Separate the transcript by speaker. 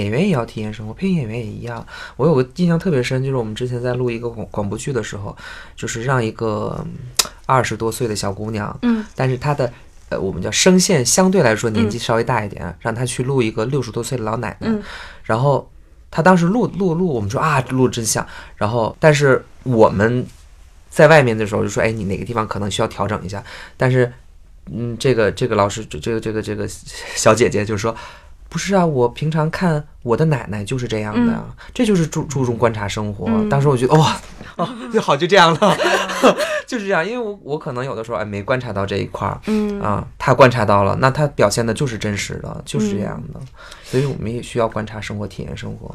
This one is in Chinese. Speaker 1: 演员也要体验生活，配音演员也一样。我有个印象特别深，就是我们之前在录一个广广播剧的时候，就是让一个嗯二十多岁的小姑娘，
Speaker 2: 嗯，
Speaker 1: 但是她的呃，我们叫声线相对来说年纪稍微大一点，啊让她去录一个六十多岁的老奶奶，
Speaker 2: 嗯
Speaker 1: 然后她当时录录录，我们说啊，录得真像，然后但是我们在外面的时候就说，哎，你哪个地方可能需要调整一下，但是。嗯，这个这个老师，这这个这个这个小姐姐就说，不是啊，我平常看我的奶奶就是这样的啊，这就是注注重观察生活。
Speaker 2: 嗯
Speaker 1: 当时我觉得哇，哦，就好，就这样了， 就是这样，因为我我可能有的时候哎没观察到这一块儿
Speaker 2: 嗯
Speaker 1: 啊，他观察到了，那他表现的就是真实的，就是这样的，所以我们也需要观察生活，体验生活。